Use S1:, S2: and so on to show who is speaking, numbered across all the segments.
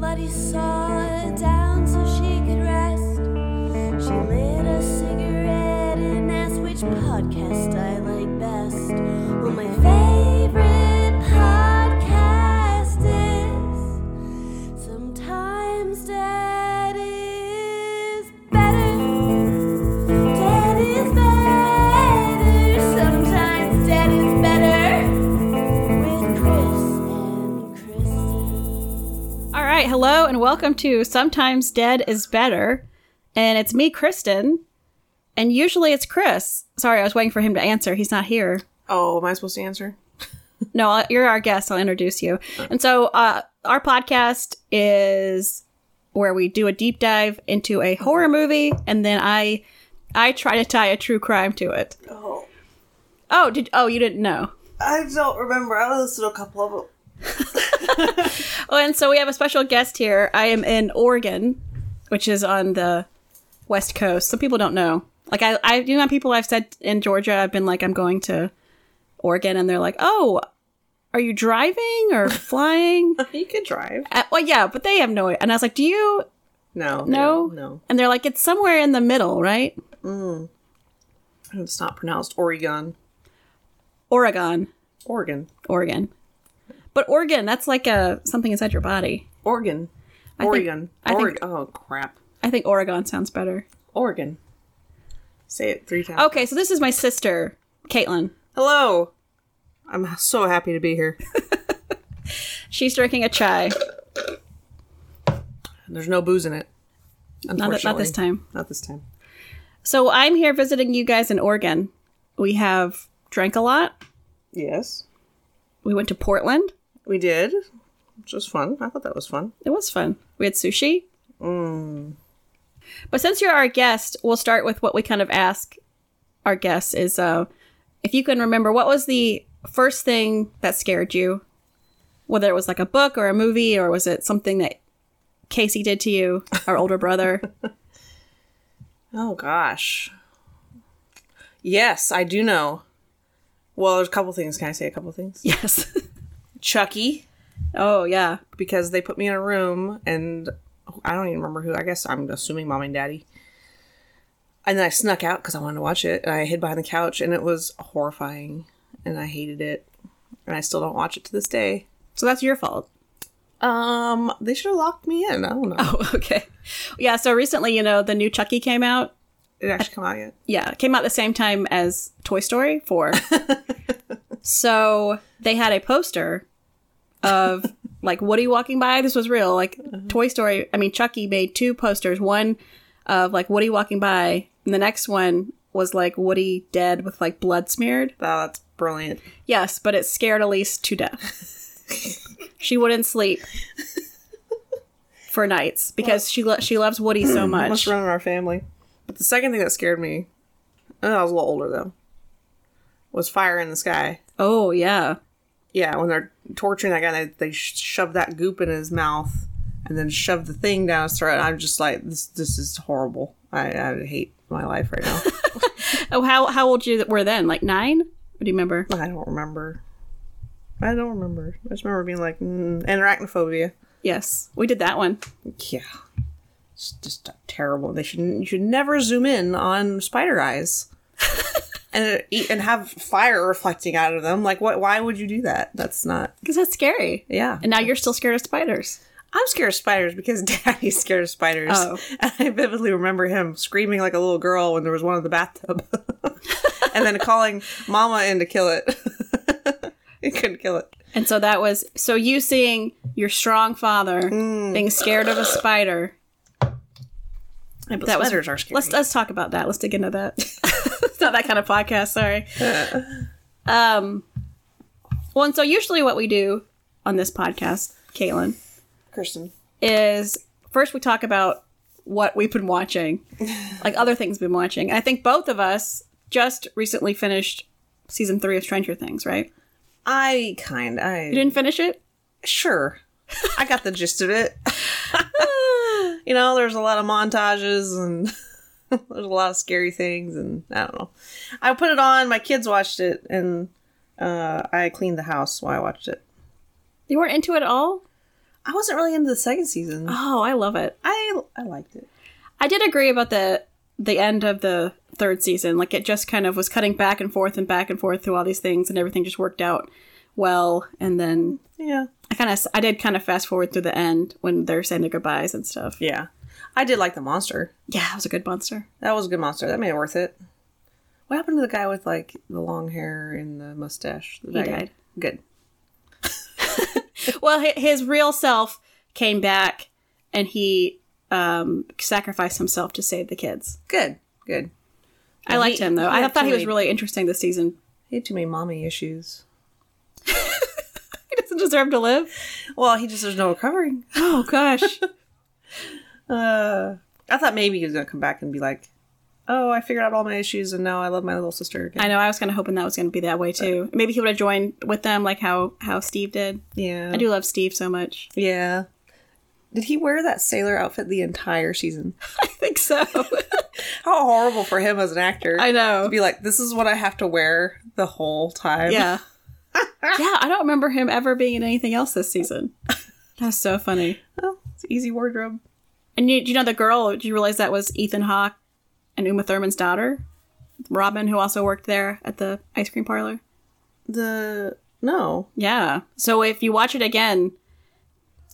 S1: Daddy saw her down so she could rest. She lit a cigarette and asked which podcast I like best. Well, my favorite podcast is Sometimes Dad is better. Dad is better. Sometimes Dad is better. With Chris and Kristen.
S2: All right, hello and welcome to Sometimes Dead is Better. And it's me, Kristen. And usually it's Chris. Sorry, I was waiting for him to answer. He's not here.
S3: Oh, am I supposed to answer?
S2: No, I'll- you're our guest. I'll introduce you. And so uh, our podcast is where we do a deep dive into a horror movie and then I I try to tie a true crime to it.
S3: Oh,
S2: Oh, did oh, you didn't know.
S3: I don't remember. I listened to a couple of them.
S2: Oh, and so we have a special guest here. I am in Oregon, which is on the west coast. Some people don't know. Like I, I you know, people I've said in Georgia, I've been like, I'm going to Oregon, and they're like, Oh, are you driving or flying?
S3: You can drive.
S2: uh, well, yeah, but they have no. And I was like, Do you
S3: No,
S2: know?
S3: no,
S2: And they're like, It's somewhere in the middle, right?
S3: no. It's not pronounced Oregon.
S2: Oregon,
S3: Oregon.
S2: Oregon. But Oregon, that's like a something inside your body.
S3: Oregon.
S2: think-
S3: Oregon.
S2: I think-
S3: Oregon. Oh crap.
S2: I think Oregon sounds better.
S3: Oregon. Say it three times.
S2: Okay, so this is my sister, Caitlin.
S3: Hello. I'm so happy to be here.
S2: She's drinking a chai.
S3: There's no booze in it.
S2: Not, th- not
S3: unfortunately.
S2: this time.
S3: Not this time.
S2: So I'm here visiting you guys in Oregon. We have drank a lot.
S3: Yes,
S2: We went to Portland.
S3: we did. Which was fun. I thought that was fun.
S2: It was fun. We had sushi. But since you're our guest, we'll start with what we kind of ask our guests is uh, if you can remember what was the first thing that scared you? Whether it was like a book or a movie or was it something that Casey did to you, our older brother?
S3: Oh gosh. Yes, I do know. Well, there's a couple things. Can I say a couple things?
S2: yes.
S3: Chucky,
S2: Oh, yeah.
S3: because they put me in a room and I don't even remember who. I guess I'm assuming mom and daddy. And then I snuck out because I wanted to watch it, and I hid behind the couch, and it was horrifying, and I hated it, and I still don't watch it to this day.
S2: So that's your fault.
S3: Um, they should have locked me in. I don't know.
S2: Oh, okay. Yeah, so recently, you know, the new Chucky came out.
S3: It actually come out yet?
S2: Yeah, it came out the same time as Toy Story 4. so they had a poster of like Woody walking by. This was real. Like Toy Story, I mean, Chucky made two posters one of like Woody walking by, and the next one was like Woody dead with like blood smeared.
S3: Oh, that's brilliant.
S2: Yes, but it scared Elise to death. she wouldn't sleep for nights because she lo- she loves Woody so
S3: Must
S2: much.
S3: run in our family. But the second thing that scared me, and I was a little older though, was Fire in the Sky.
S2: Oh yeah,
S3: Yeah, when they're torturing that guy, they, they sh- shove that goop in his mouth and then shove the thing down his throat. I'm just like, this this is horrible. I, I hate my life right now.
S2: Oh, how how old you were then? Like nine? What do you remember?
S3: I don't remember. I don't remember. I just remember being like, mm, and arachnophobia.
S2: Yes, we did that one.
S3: Yeah. It's just terrible. They should you should never zoom in on spider eyes. and uh, eat, and have fire reflecting out of them. Like what why would you do that? That's not
S2: Because that's scary.
S3: yeah.
S2: And now you're still scared of spiders.
S3: I'm scared of spiders because daddy's scared of spiders.
S2: Oh.
S3: And I vividly remember him screaming like a little girl when there was one in the bathtub. and then calling mama in to kill it. it couldn't kill it.
S2: And so that was so you seeing your strong father being scared of a spider.
S3: but
S2: That was-
S3: spiders are scary.
S2: Let's let's talk about that. Let's dig into that. it's not that kind of podcast. Sorry. Um. Well, and so usually what we do on this podcast, Caitlin,
S3: Kirsten.
S2: is first we talk about what we've been watching, like other things we've been watching. And I think both of us just recently finished season three of Stranger Things, right?
S3: I kind I
S2: You didn't finish it?
S3: sure i got the gist of it you know there's a lot of montages and there's a lot of scary things and i don't know i put it on my kids watched it and uh, i cleaned the house while i watched it
S2: You weren't into it at all?
S3: I wasn't really into the second season.
S2: Oh, I love it.
S3: I I liked it.
S2: I did agree about the the end of the third season. Like it just kind of was cutting back and forth and back and forth through all these things, and everything just worked out well. And then
S3: Yeah.
S2: I kind of I did kind of fast forward through the end when they're saying their goodbyes and stuff.
S3: Yeah. I did like the monster.
S2: Yeah, it was a good monster.
S3: That was a good monster. That made it worth it. What happened to the guy with like the long hair and the mustache? That guy.
S2: died.
S3: Good.
S2: Well, hi- his real self came back, and he um, sacrificed himself to save the kids.
S3: Good. Good.
S2: I liked him though. I
S3: yeah,
S2: thought he was
S3: totally.
S2: really interesting this season.
S3: He had too many mommy issues.
S2: He doesn't deserve to live.
S3: Well, he just there's no recovering.
S2: Oh gosh.
S3: Uh, I thought maybe he was gonna come back and be like, "Oh, I figured out all my issues, and now I love my little sister." Again.
S2: I know. I was kind of hoping that was going to be that way too. Maybe he would have joined with them, like how how Steve did.
S3: yeah,
S2: I do love Steve so much.
S3: Yeah. Did he wear that sailor outfit the entire season?
S2: I think so.
S3: How horrible for him as an actor.
S2: I know.
S3: To be like, this is what I have to wear the whole time.
S2: yeah. yeah, I don't remember him ever being in anything else this season. That's so funny.
S3: Well, it's easy wardrobe.
S2: And you, do you know the girl? Did you realize that was Ethan Hawke and Uma Thurman's daughter, Robin, who also worked there at the ice cream parlor?
S3: The. No.
S2: Yeah. So if you watch it again,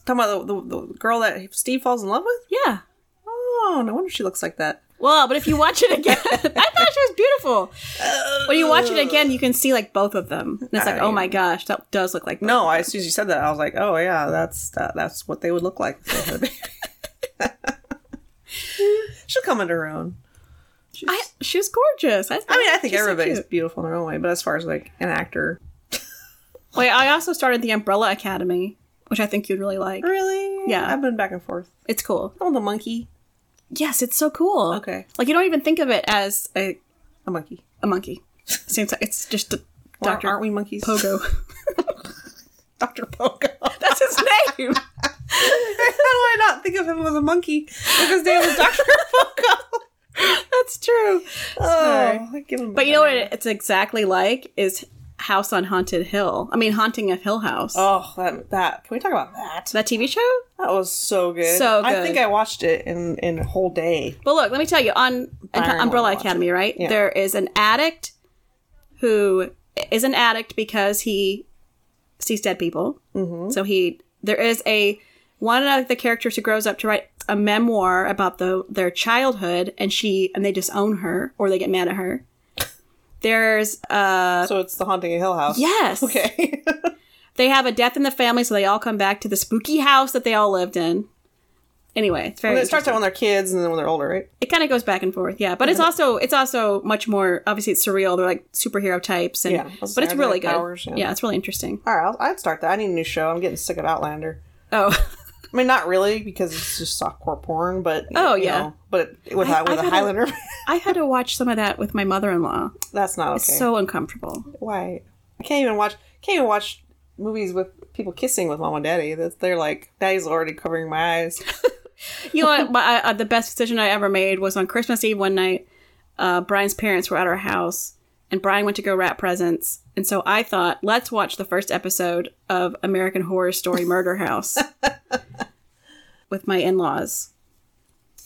S3: Talking about the, the, the girl that Steve falls in love with?
S2: yeah.
S3: Oh, no wonder she looks like that.
S2: Well, but if you watch it again, I thought she was beautiful. When you watch it again, you can see like both of them. And it's like, oh my gosh, that does look like.
S3: No, I, as soon as you said that, I was like, oh, yeah, that's that, that's what they would look like. if they had a baby. She'll come into her own.
S2: I, she was gorgeous. I,
S3: I mean, I think
S2: she's so
S3: everybody's
S2: cute.
S3: beautiful in their own way, but as far as like an actor.
S2: Wait, I also started the Umbrella Academy, which I think you'd really like.
S3: Really?
S2: Yeah.
S3: I've been back and forth.
S2: It's cool.
S3: Oh, the monkey.
S2: Yes, it's so cool.
S3: Okay.
S2: Like you don't even think of it as a,
S3: A monkey.
S2: a monkey. Seems like it's just a
S3: Doctor,
S2: Doctor
S3: aren't we monkeys?
S2: Pogo.
S3: Doctor Pogo.
S2: That's his name.
S3: How do I not think of him as a monkey? If his name was Doctor Pogo.
S2: That's true.
S3: Oh, I give him.
S2: But you know what? It, it's exactly like is House on Haunted Hill. I mean, Haunting of Hill House.
S3: Oh, that, that can we talk about that?
S2: That TV show.
S3: That was so good.
S2: So
S3: I
S2: good.
S3: think I watched it in in a whole day.
S2: But look, let me tell you on
S3: Byron
S2: Umbrella
S3: will watch
S2: Academy, right? There is an addict who is an addict because he sees dead people. Mm-hmm. So he there is a one of the characters who grows up to write a memoir about the their childhood, and she and they disown her or they get mad at her. There's uh
S3: So it's the haunting of Hill House.
S2: yes,
S3: Okay.
S2: they have a death in the family, so they all come back to the spooky house that they all lived in. Anyway, it's very.
S3: it starts out when they're kids, and then when they're older, right?
S2: it kind of goes back and forth yeah but
S3: Mm-hmm.
S2: it's also it's also much more obviously it's surreal they're like superhero types and
S3: Yeah.
S2: but it's really good
S3: Powers,
S2: yeah.
S3: yeah.
S2: it's really interesting
S3: All right, I'll, I'd start that. I need a new show. I'm getting sick of Outlander.
S2: oh
S3: I mean, not really because it's just softcore porn, but
S2: Oh,
S3: you
S2: yeah.
S3: know, but with
S2: I- I've
S3: with a
S2: had a-
S3: Highlander,
S2: i had to watch some of that with my mother-in-law
S3: that's not okay.
S2: so uncomfortable
S3: Why? I can't even watch. Can't even watch movies with people kissing with mom and daddy. That's they're like daddy's already covering my eyes.
S2: you know what my, uh, the best decision i ever made was on christmas eve one night uh, brian's parents were at our house and brian went to go wrap presents and so i thought let's watch the first episode of american horror story murder house with my in-laws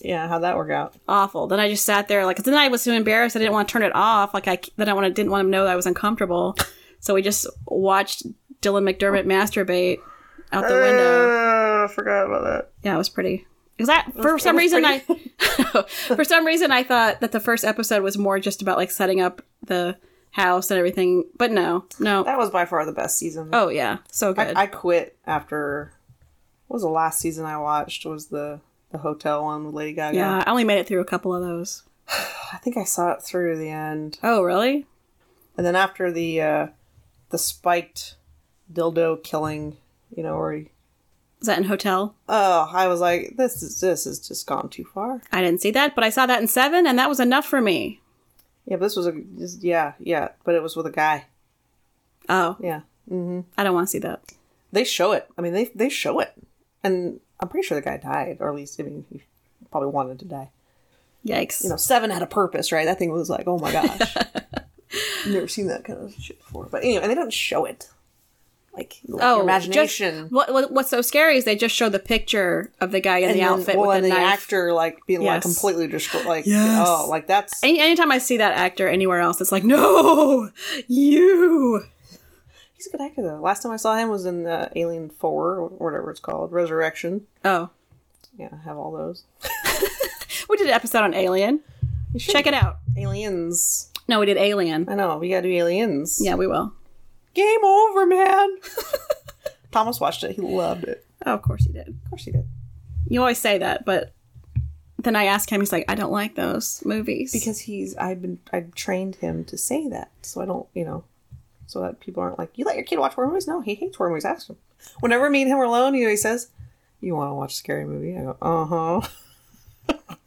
S3: Yeah, how'd that work out?
S2: awful. Then I just sat there like 'cause then I was so embarrassed I didn't want to turn it off. Like I then I wanted, didn't want to know that I was uncomfortable. So we just watched Dylan McDermott masturbate out the window.
S3: Uh, I forgot about that.
S2: Yeah, it was pretty. Because that for some
S3: was
S2: reason I for some reason I thought that the first episode was more just about like setting up the house and everything, but no, no.
S3: That was by far the best season.
S2: oh yeah, so good.
S3: I, I quit after. What was the last season I watched? Was the the hotel one with Lady Gaga?
S2: yeah, I only made it through a couple of those.
S3: I think I saw it through the end,
S2: Oh really?
S3: and then after the uh, the spiked dildo killing, you know, where he,
S2: Is that in hotel?
S3: oh, I was like, this is this is just gone too far.
S2: I didn't see that, but I saw that in seven, and that was enough for me.
S3: Yeah, but this was a just, yeah, yeah, but it was with a guy.
S2: Oh,
S3: Yeah,
S2: I don't want to see that.
S3: they show it. I mean, they they show it, and I'm pretty sure the guy died, or at least I mean, he probably wanted to die.
S2: Yikes.
S3: You know, Seven had a purpose, right? That thing was like, oh my gosh, never seen that kind of shit before. But anyway, and they don't show it. Like oh, imagination.
S2: Just, what, what what's so scary is they just show the picture of the guy in the
S3: then-
S2: outfit
S3: well,
S2: with
S3: and
S2: the
S3: the
S2: knife.
S3: actor like being
S2: Yes.
S3: like completely destroyed. Like
S2: Yes.
S3: oh, like that's
S2: Any, anytime I see that actor anywhere else, it's like, no, you.
S3: he's a good actor though. Last time I saw him was in uh, Alien Four or whatever it's called, Resurrection.
S2: Oh,
S3: Yeah, I have all those
S2: we did an episode on Alien. Check it out.
S3: aliens.
S2: No, we did Alien.
S3: I know we gotta do aliens.
S2: Yeah, we will.
S3: Game over, man. Thomas watched it. He loved it.
S2: Oh, of course he did.
S3: Of course he did.
S2: You always say that, but then I ask him, he's like, I don't like those movies.
S3: because he's I've been I've trained him to say that, so I don't you know, so that people aren't like you let your kid watch horror movies. No, he hates horror movies. Ask him. Whenever me and him are alone, he always says, "You want to watch a scary movie?" I go, "Uh huh."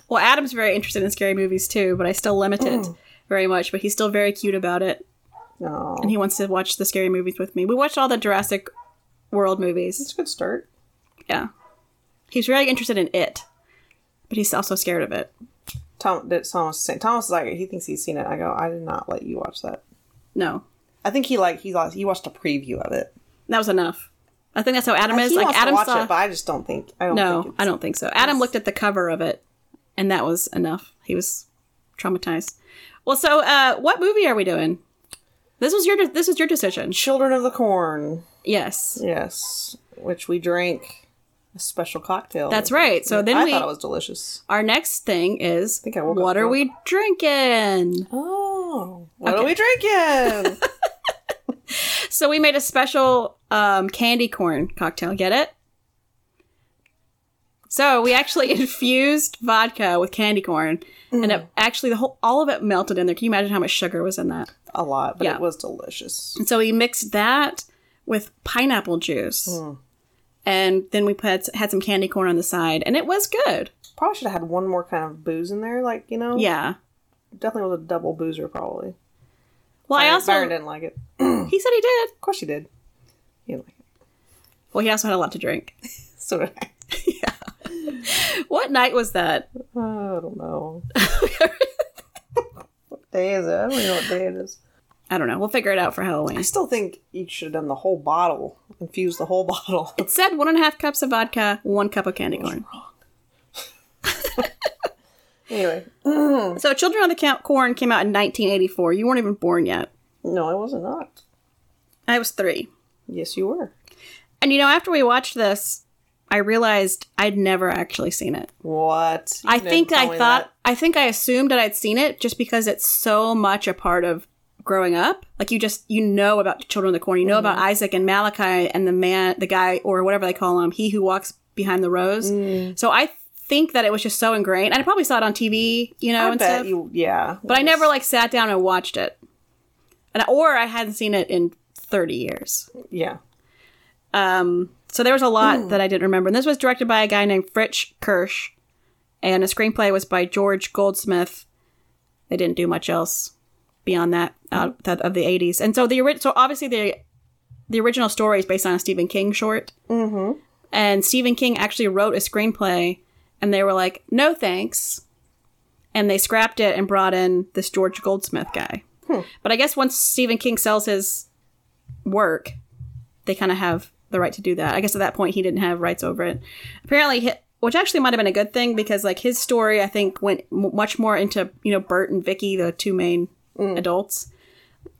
S2: well, Adam's very interested in scary movies too, but I still limit it
S3: Oh.
S2: very much. But he's still very cute about it,
S3: No,
S2: and he wants to watch the scary movies with me. We watched all the Jurassic World movies.
S3: it's a good start.
S2: Yeah, he's very interested in it, but he's also scared of it.
S3: Tom, that Thomas, is saying- Thomas is like he thinks he's seen it. I go, I did not let you watch that.
S2: No,
S3: I think he like he like he watched a preview of it.
S2: that was enough. I think that's how Adam is.
S3: Uh, he
S2: Like
S3: wants
S2: Adam
S3: to watch
S2: saw.
S3: it, but I just don't think. I don't.
S2: no,
S3: think
S2: I
S3: it's-
S2: don't think so. Adam looked at the cover of it, and that was enough. He was traumatized. Well, so uh, what movie are we doing? This was your this was your decision.
S3: Children of the Corn.
S2: Yes,
S3: Yes, which we drank a special cocktail.
S2: that's right. So then
S3: I
S2: we
S3: thought it was delicious.
S2: our next thing is
S3: think I woke up
S2: what are
S3: drunk.
S2: we drinking?
S3: Oh, what are we drinking?
S2: So we made a special um, candy corn cocktail. Get it? So we actually infused vodka with candy corn, and it, actually the whole all of it melted in there. Can you imagine how much sugar was in that?
S3: a lot, but
S2: Yeah.
S3: it was delicious.
S2: And so we mixed that with pineapple juice. And then we put had some candy corn on the side, and it was good.
S3: Probably should have had one more kind of booze in there, like you know.
S2: Yeah.
S3: definitely was a double boozer. Probably.
S2: Well, I
S3: Byron-
S2: also
S3: Byron didn't like it.
S2: he said he did.
S3: Of course, he did. He didn't like it.
S2: Well, he also had a lot to drink.
S3: So did I.
S2: What night was that?
S3: I don't know. what day is it? I don't even know what day it is.
S2: I don't know. We'll figure it out for
S3: I
S2: Halloween.
S3: still think you should have done the whole bottle, infused the whole bottle.
S2: It said one and a half cups of vodka, one cup of candy corn.
S3: anyway,
S2: So, Children of the Ca- Corn came out in 1984. You weren't even born yet.
S3: no, I wasn't not.
S2: I was three.
S3: Yes, you were.
S2: And you know, after we watched this, I realized I'd never actually seen it.
S3: What? You
S2: I
S3: didn't
S2: think
S3: tell
S2: I
S3: me
S2: thought
S3: that.
S2: I think I assumed that I'd seen it just because it's so much a part of growing up. Like you just you know about Children of the Corn, you know
S3: Mm-hmm.
S2: about Isaac and Malachi and the man, the guy or whatever they call him, he who walks behind the rose.
S3: Mm.
S2: So I think that it was just so ingrained. And I probably saw it on TV, you know,
S3: I
S2: and
S3: bet
S2: stuff.
S3: you. Yeah,
S2: but I never like sat down and watched it, and or I hadn't seen it in thirty years.
S3: Yeah.
S2: Um, so there was a lot that I didn't remember. And this was directed by a guy named Fritz Kirsch, and the screenplay was by George Goldsmith. They didn't do much else beyond that out that of the '80s. And so the ori- so obviously the the original story is based on a Stephen King short, mm-hmm. and Stephen King actually wrote a screenplay, and they were like, "No thanks." And they scrapped it and brought in this George Goldsmith guy. But I guess once Stephen King sells his work, they kind of have the right to do that. I guess at that point he didn't have rights over it. Apparently, hi- which actually might have been a good thing because like his story, I think went m- much more into you know Bert and Vicky, the two main adults,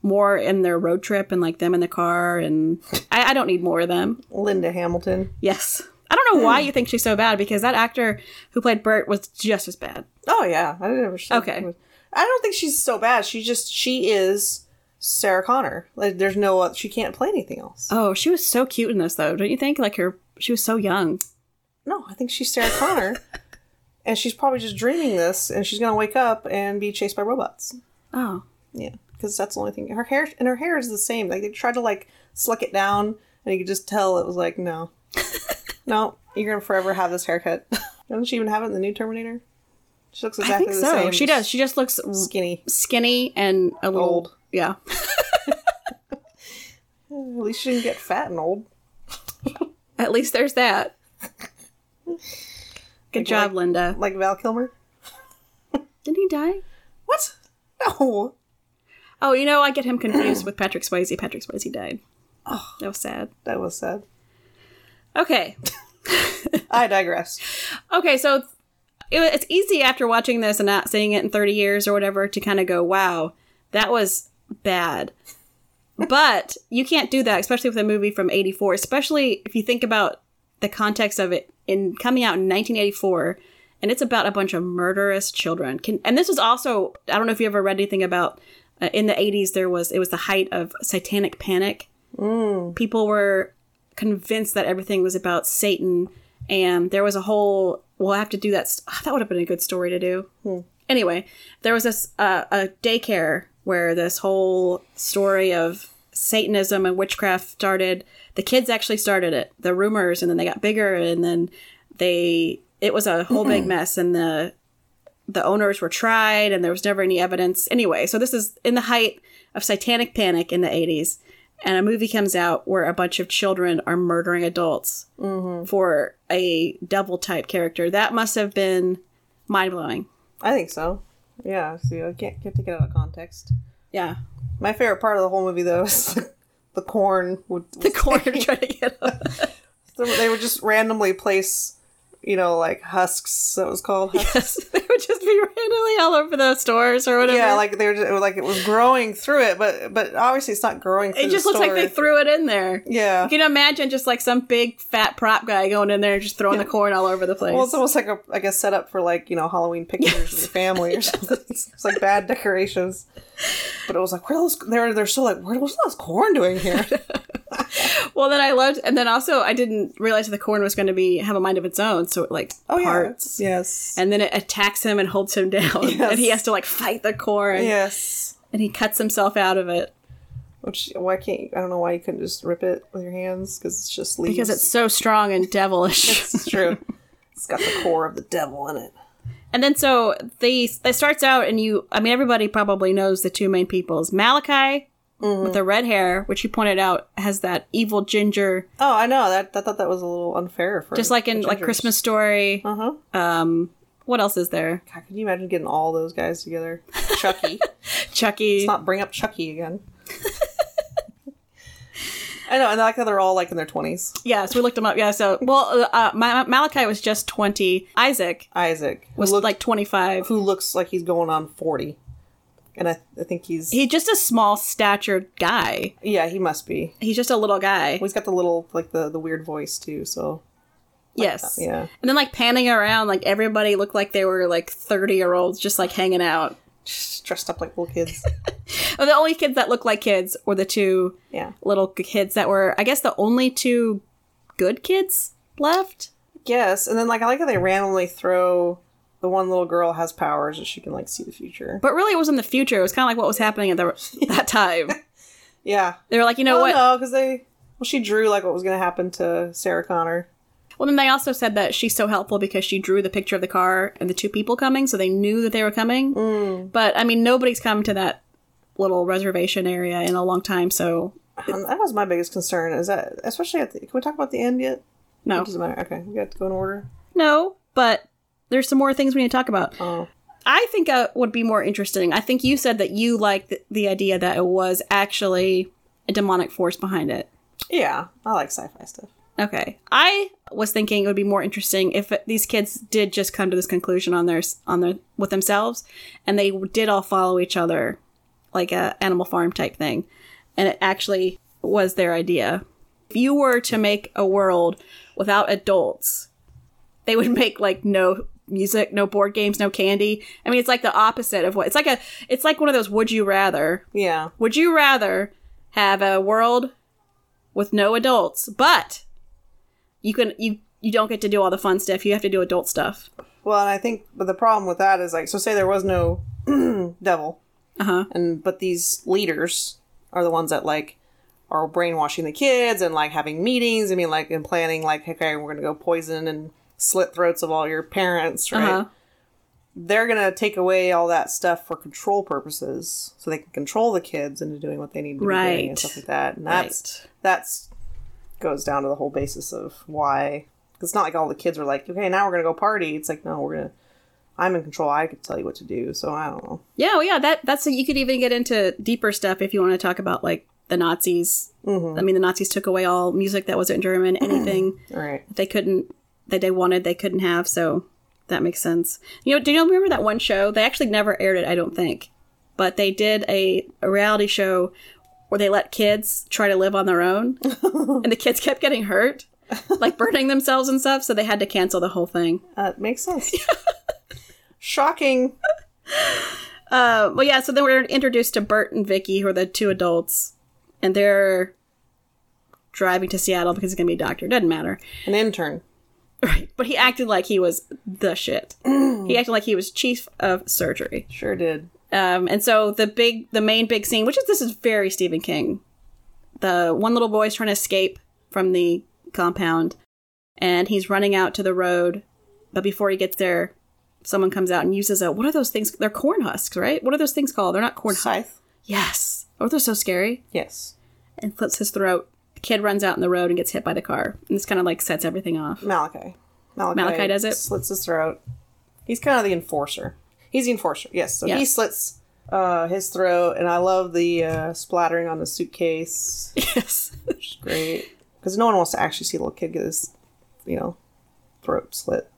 S2: more in their road trip and like them in the car. And I, I don't need more of them.
S3: Linda Hamilton.
S2: Yes, I don't know why you think she's so bad because that actor who played Bert was just as bad.
S3: Oh yeah, I didn't ever. see-
S2: Okay.
S3: I don't think she's so bad. She just she is Sarah Connor. Like, there's no oth- she can't play anything else.
S2: Oh, she was so cute in this though, don't you think? Like her, she was so young.
S3: No, I think she's Sarah Connor, and she's probably just dreaming this, and she's gonna wake up and be chased by robots.
S2: Oh,
S3: Yeah, because that's the only thing. Her hair and her hair is the same. Like they tried to like slick it down, and you could just tell it was like no, no, you're gonna forever have this haircut. Doesn't she even have it in the new Terminator? She looks
S2: I
S3: exactly
S2: think
S3: the
S2: so.
S3: same.
S2: She does. She just looks r-
S3: skinny.
S2: skinny and a little
S3: Old.
S2: Yeah.
S3: At least she didn't get fat and old.
S2: At least there's that. Good job, Linda.
S3: like Val Kilmer.
S2: Didn't he die?
S3: What? No.
S2: Oh, you know, I get him confused with Patrick Swayze. Patrick Swayze died. That was sad.
S3: That was sad.
S2: Okay.
S3: I digress.
S2: Okay, so it's- it, it's easy after watching this and not seeing it in 30 years or whatever to kind of go, wow, that was bad. but you can't do that, especially with a movie from 84, especially if you think about the context of it in coming out in 1984. And it's about a bunch of murderous children. Can, and this was also, I don't know if you ever read anything about uh, in the 80s, there was, it was the height of satanic panic people were convinced that everything was about Satan, and there was a whole. We'll I have to do that. St- that would have been a good story to do. Anyway, there was this uh, a daycare where this whole story of Satanism and witchcraft started. The kids actually started it. The rumors, and then they got bigger, and then they. It was a whole big mess, and the the owners were tried and there was never any evidence anyway so this is in the height of satanic panic in the 80s and a movie comes out where a bunch of children are murdering adults
S3: Mm-hmm.
S2: for a devil type character that must have been mind-blowing
S3: I think so. Yeah, see, I can't, can't take it out of context.
S2: yeah
S3: My favorite part of the whole movie, though, is the, the corn. Would,
S2: the corner trying to get up.
S3: they would just randomly place, you know, like husks. That was called. Husks.
S2: yes they would just be randomly all over the stores or whatever
S3: Yeah, like they were just, it was like it was growing through it, but but obviously it's not growing. Through
S2: it just looks like they threw it in there
S3: yeah.
S2: you can imagine just like some big fat prop guy going in there and just throwing the corn all over the place
S3: Well, it's almost like a like a setup for like you know Halloween pictures of your family or something. It's like bad decorations, but it was like where are those they're they're still like where what's all this corn doing here?
S2: Well, then I loved, and then also I didn't realize the corn was going to be have a mind of its own, so it like
S3: Oh yeah,
S2: parts,
S3: yes,
S2: and then it attacks him and holds him down,
S3: Yes.
S2: and he has to like fight the corn,
S3: yes.
S2: and he cuts himself out of it
S3: Which why can't you, I don't know why you couldn't just rip it with your hands because it's just leaves.
S2: because it's so strong and devilish.
S3: it's true. It's got the core of the devil in it.
S2: and then so they it starts out, and you, I mean, everybody probably knows the two main peoples, Malachi
S3: Mm-hmm.
S2: with the red hair, which you pointed out has that evil ginger,
S3: Oh, I know that. I thought that was a little unfair for
S2: just like in like Christmas Story. Um,
S3: Uh huh.
S2: What else is there?
S3: God, can you imagine getting all those guys together? Chucky.
S2: Chucky.
S3: Let's not bring up Chucky again. I know, and I like how they're all like in their twenties.
S2: Yes, we looked him up. Yeah, so well, uh, Ma- Malachi was just twenty. Isaac
S3: Isaac who
S2: was
S3: looks-
S2: like twenty five.
S3: who looks like he's going on forty, and I, I think he's
S2: He's just a small statured guy.
S3: yeah he must be.
S2: He's just a little guy.
S3: Well, he's got the little like the the weird voice too. So
S2: yes.
S3: yeah.
S2: And then like panning around, like everybody looked like they were like thirty year olds, just like hanging out.
S3: just dressed up like little kids.
S2: Oh, the only kids that looked like kids were the two
S3: yeah,
S2: little kids that were, I guess, the only two good kids left.
S3: yes, and then like I like how they randomly throw the one little girl has powers and she can like see the future.
S2: But really, it was in the future. It was kind of like what was happening at the, that time.
S3: Yeah,
S2: They were like, you know
S3: oh
S2: what?
S3: no, because they well she drew like what was gonna happen to Sarah Connor.
S2: Well, then they also said that she's so helpful because she drew the picture of the car and the two people coming, so they knew that they were coming. But I mean, nobody's come to that little reservation area in a long time, so
S3: Um, that was my biggest concern. Is that especially at the? Can we talk about the end yet?
S2: no,
S3: Doesn't matter. Okay, we got to go in order.
S2: no. But there's some more things we need to talk about.
S3: Oh,
S2: I think uh, would be more interesting. I think you said that you liked the, the idea that it was actually a demonic force behind it.
S3: yeah, I like sci-fi stuff.
S2: Okay, I was thinking it would be more interesting if these kids did just come to this conclusion on their on their with themselves, and they did all follow each other, like a Animal Farm type thing, and it actually was their idea. If you were to make a world without adults, they would make like no music, no board games, no candy. I mean, it's like the opposite of what it's like a it's like one of those would you rather
S3: Yeah,
S2: would you rather have a world with no adults, but you can you you don't get to do all the fun stuff. You have to do adult stuff.
S3: well, and I think, but the problem with that is like, so say there was no devil,
S2: Uh huh.
S3: and but these leaders are the ones that like are brainwashing the kids and like having meetings. I mean, like and planning like, okay, we're gonna go poison and slit throats of all your parents,
S2: Uh
S3: right?
S2: huh.
S3: They're gonna take away all that stuff for control purposes, so they can control the kids into doing what they need to be doing
S2: Right.
S3: and stuff like that. And that's that's goes down to the whole basis of why it's not like all the kids are like okay now we're gonna go party it's like no we're gonna i'm in control i can tell you what to do so i don't know
S2: Yeah. Well, yeah. That that's you could even get into deeper stuff if you want to talk about like the Nazis. I mean, the Nazis took away all music that wasn't German, anything
S3: All right.
S2: they couldn't that they wanted they couldn't have. So that makes sense. You know, do you remember that one show? They actually never aired it, I don't think, but they did a, a reality show where they let kids try to live on their own, and the kids kept getting hurt. like burning themselves and stuff, so they had to cancel the whole thing.
S3: Uh, makes sense. Shocking.
S2: Uh, well, yeah. So then we're introduced to Bert and Vicky, who are the two adults, and they're driving to Seattle because he's gonna be a doctor. Doesn't matter,
S3: An intern.
S2: right? But he acted like he was the shit. he acted like he was chief of surgery.
S3: Sure did.
S2: Um, and so the big, the main big scene, which is this is very Stephen King. The one little boy is trying to escape from the compound, and he's running out to the road. But before he gets there, someone comes out and uses a what are those things? They're corn husks, right? What are those things called? They're not corn husks.
S3: Scythe.
S2: Yes. Oh, they're so scary.
S3: Yes.
S2: And clips his throat. The kid runs out in the road and gets hit by the car. And this kind of like sets everything off.
S3: Malachi. Malachi.
S2: Malachi does it?
S3: Slits his throat. He's kind of the enforcer. He's the enforcer. Yes. So
S2: Yeah.
S3: he slits uh, his throat, and I love the uh, splattering on the suitcase.
S2: Yes.
S3: Which is great because no one wants to actually see a little kid get his, you know, throat slit.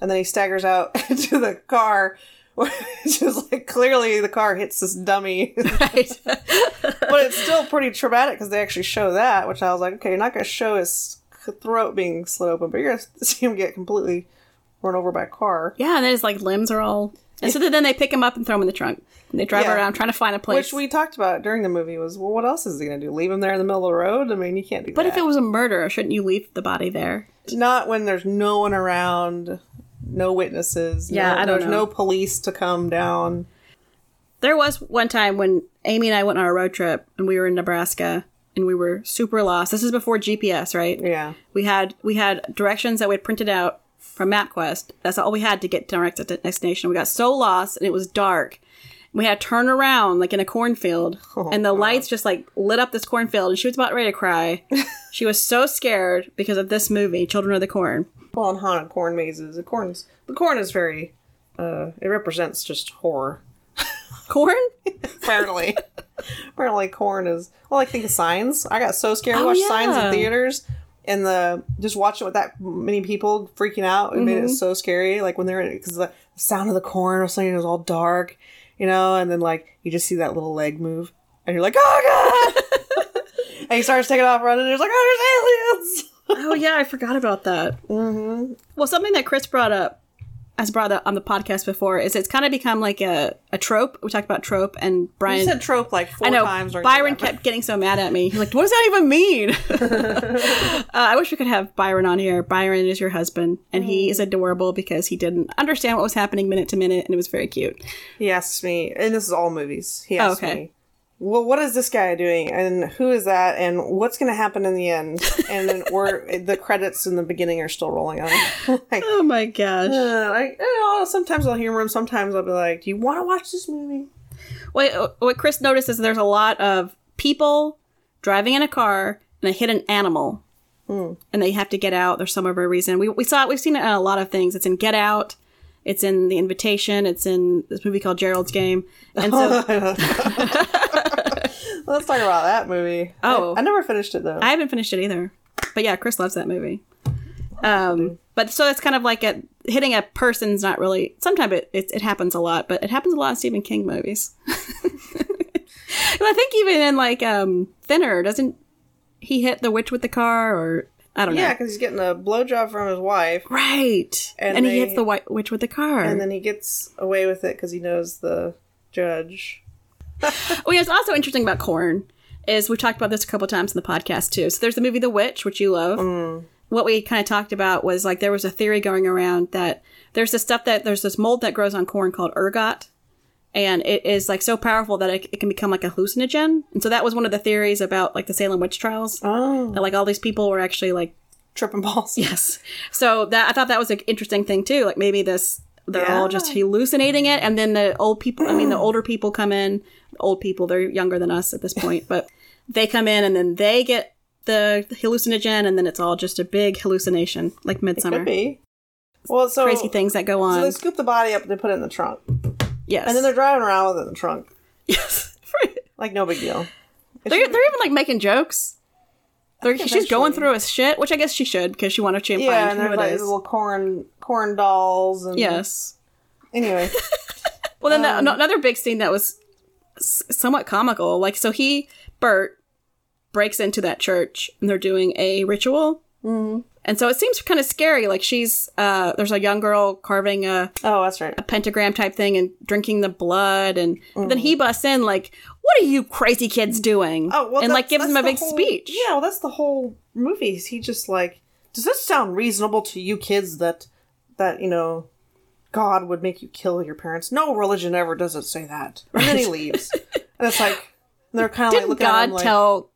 S3: And then he staggers out to the car, which is like clearly the car hits this dummy,
S2: right.
S3: but it's still pretty traumatic because they actually show that. Which I was like, okay, you're not going to show his throat being slit open, but you're going to see him get completely run over by a car,
S2: yeah, and then his like limbs are all. And so then they pick him up and throw him in the trunk. And they drive
S3: Yeah.
S2: around trying to find a place.
S3: which we talked about during the movie. Was well, what else is he going to do? Leave him there in the middle of the road? I mean, you can't do
S2: but
S3: that.
S2: if it was a murderer, shouldn't you leave the body there?
S3: Not when there's no one around, no witnesses.
S2: Yeah,
S3: no,
S2: I don't
S3: There's
S2: know.
S3: no police to come down.
S2: There was one time when Amy and I went on a road trip and we were in Nebraska and we were super lost. This is before GPS, right?
S3: Yeah,
S2: We had we had directions that we had printed out from MapQuest. That's all we had to get to our next destination. We got so lost and it was dark. We had to turn around like in a cornfield, and the lights just like lit up this cornfield. And she was about ready to cry. she was so scared because of this movie, Children of the Corn.
S3: well, and haunted corn mazes. The corns, the corn is very. Uh, it represents just horror.
S2: Corn?
S3: Apparently, apparently, corn is. Well, like think of signs. I got so scared. I
S2: Oh,
S3: watched signs
S2: yeah.
S3: in theaters, and the just watching with that many people freaking out. It
S2: Mm-hmm.
S3: made it so scary. Like when they're because the sound of the corn or something it was all dark, you know, and then like you just see that little leg move, and you're like, oh god. And he starts taking off running. And he's like, "Oh, there's aliens!"
S2: Oh yeah, I forgot about that. Mm-hmm. Well, something that Chris brought up, has brought up on the podcast before, is it's kind of become like a, a trope. We talked about trope, and Brian
S3: You said trope like four
S2: I know.
S3: times. during the
S2: Byron
S3: episode.
S2: kept getting so mad at me. He's like, "What does that even mean?" uh, I wish we could have Byron on here. Byron is your husband, and he is adorable because he didn't understand what was happening minute to minute, and it was very cute.
S3: He asks me, and this is all movies. He asks
S2: Oh, okay.
S3: me, "Well, what is this guy doing? And who is that? And what's going to happen in the end?" And then we're the credits in the beginning are still rolling on. like,
S2: Oh my gosh!
S3: uh, like, you know, sometimes I'll humor him. Sometimes I'll be like, "Do you want to watch this movie?"
S2: Wait, what Chris noticed is there's a lot of people driving in a car, and they hit an animal, and they have to get out. There's some other reason. We we saw it. We've seen it in a lot of things. It's in Get Out. It's in The Invitation. It's in this movie called Gerald's Game. And so
S3: Let's talk about that movie. I-
S2: Oh.
S3: I, never finished it though.
S2: I haven't finished it either. But yeah, Chris loves that movie. Um, but so it's kind of like a hitting a person's not really. Sometimes it, it it happens a lot, but it happens a lot in Stephen King movies. and I think even in like um, Thinner, doesn't he hit the witch with the car? Or I don't
S3: yeah,
S2: know.
S3: because he's getting a blowjob from his wife,
S2: Right, and,
S3: And
S2: he
S3: they-
S2: hits the white witch with the car.
S3: and then he gets away with it because he knows the judge.
S2: Oh, yeah, it's also interesting about corn is we talked about this a couple times in the podcast too. So there's the movie The Witch, which you love. What we kind of talked about was like there was a theory going around that there's this stuff that there's this mold that grows on corn called ergot, and it is like so powerful that it, it can become like a hallucinogen. And so that was one of the theories about like the Salem witch trials.
S3: Oh,
S2: That, like all these people were actually like
S3: tripping balls.
S2: yes. So that I thought that was an interesting thing too. Like maybe this they're all just hallucinating it and then the old people I mean the older people come in, old people, they're younger than us at this point, but they come in and then they get the hallucinogen and then it's all just a big hallucination like midsummer.
S3: Could be. Well, so
S2: Crazy things that go
S3: So they
S2: on.
S3: scoop the body up and they put it in the trunk.
S2: yes.
S3: And then they're driving around with it in the trunk.
S2: yes.
S3: Like, no big deal.
S2: They're, they're even like making jokes. They're,
S3: think
S2: she's going
S3: eventually-
S2: through his shit, which I guess she should because she wanted to
S3: Yeah,
S2: find
S3: and
S2: who
S3: there's
S2: it
S3: like these
S2: is.
S3: little corn corn dolls and
S2: Yes.
S3: Anyway,
S2: Well, then
S3: Um,
S2: the- another big scene that was s- somewhat comical. Like, so he, Bert, breaks into that church and they're doing a ritual. Mm-hmm. And so it seems kind of scary. Like, she's, uh, there's a young girl carving a
S3: oh that's right.
S2: pentagram type thing and drinking the blood. And then he busts in, like, what are you crazy kids doing?
S3: Mm-hmm. Oh well,
S2: and like
S3: that's-
S2: gives him a
S3: that's the
S2: big
S3: whole-
S2: speech.
S3: Yeah, well, that's the whole movie. Is He just like, does this sound reasonable to you kids that that you know, God would make you kill your parents? No religion ever doesn't say that. And then he leaves, and it's like, and they're kind of like
S2: Didn't
S3: looking at
S2: God
S3: him like,
S2: tell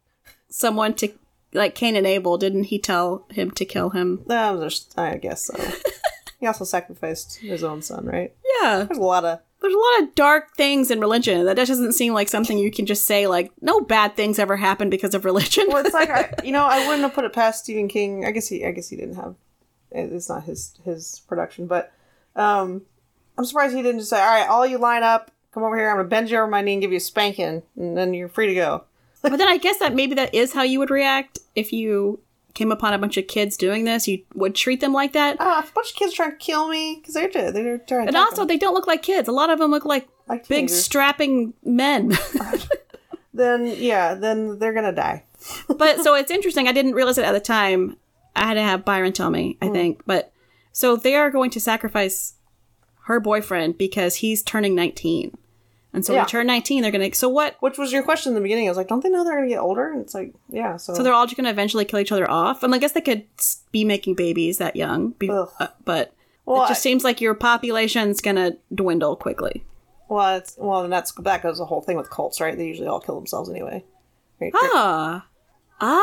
S2: someone to, like, Cain and Abel, didn't he tell him to kill him?
S3: "Ah, there's- I guess so. he also sacrificed his own son, right?
S2: Yeah.
S3: There's a lot of
S2: there's a lot of dark things in religion that just doesn't seem like something you can just say like no bad things ever happen because of religion
S3: well, it's like I, you know, I wouldn't have put it past Stephen King. I guess he, I guess he didn't have. it- It's not his his production, but um, I'm surprised he didn't just say, "All right, all you line up, come over here. I'm gonna bend you over my knee and give you a spanking, and then you're free to go."
S2: but then i guess that maybe that is how you would react if you came upon a bunch of kids doing this you would treat them like that
S3: Ah, a bunch of kids trying to kill me because they're ju- they're trying. to
S2: and
S3: attack
S2: also
S3: him,
S2: they don't look like kids a lot of them look like
S3: like
S2: big
S3: teenagers.
S2: strapping men
S3: then yeah, then they're gonna die.
S2: but so it's interesting i didn't realize it at the time i had to have byron tell me
S3: Hmm.
S2: i think but so they are going to sacrifice her boyfriend because he's turning 19 and so
S3: Yeah.
S2: when he turned 19 they're gonna so what
S3: Which was your question in the beginning. I was like, "Don't they know they're gonna get older?" And it's like, yeah, so,
S2: So they're all just going to eventually kill each other off. And I guess they could s- be making babies that young, be-
S3: Ugh.
S2: uh, but
S3: well,
S2: it just seems like your population's going to dwindle quickly.
S3: well, it's, well, and that's that goes the whole thing with cults, right? They usually all kill themselves anyway. Right?
S2: Ah.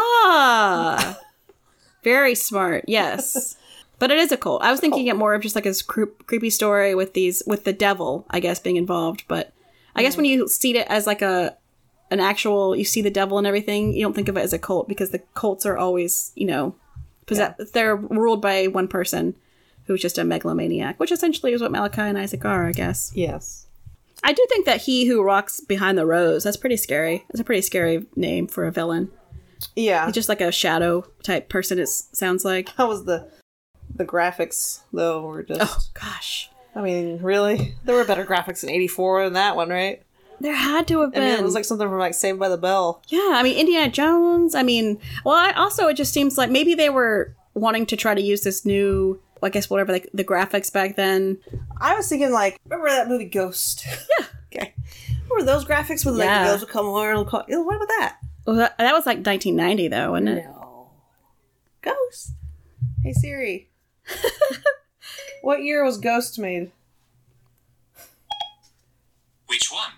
S2: Ah. Very smart. Yes. But it is a cult. I was thinking it more of just like this cre- creepy story with these with the devil, I guess, being involved. But I guess when you see it as like a an actual, you see the devil and everything, you don't think of it as a cult because the cults are always, you know, possess- they're ruled by one person who's just a megalomaniac, which essentially is what Malachi and Isaac are, I guess.
S3: Yes.
S2: I do think that he who rocks behind the rose, that's pretty scary. That's a pretty scary name for a villain.
S3: Yeah,
S2: Just like a shadow type person, it s- sounds like.
S3: that was the the graphics though were
S2: Oh,
S3: just.
S2: gosh.
S3: I mean, really, there were better graphics in '84 than that one, right?
S2: There had to have
S3: I
S2: been.
S3: mean, it was like something from like Saved by the Bell.
S2: yeah, I mean, Indiana Jones. I mean, well, I, also, it just seems like maybe they were wanting to try to use this new, I guess, whatever, like the graphics back then.
S3: I was thinking like, remember that movie Ghost? Yeah. okay. Remember those graphics with like
S2: Yeah.
S3: the ghosts would come over and it'll call? Ew, What about that?
S2: Well, that, that was like 1990, though, wasn't it?
S3: No. Ghost. Hey Siri. what year was Ghost made?
S4: Which one?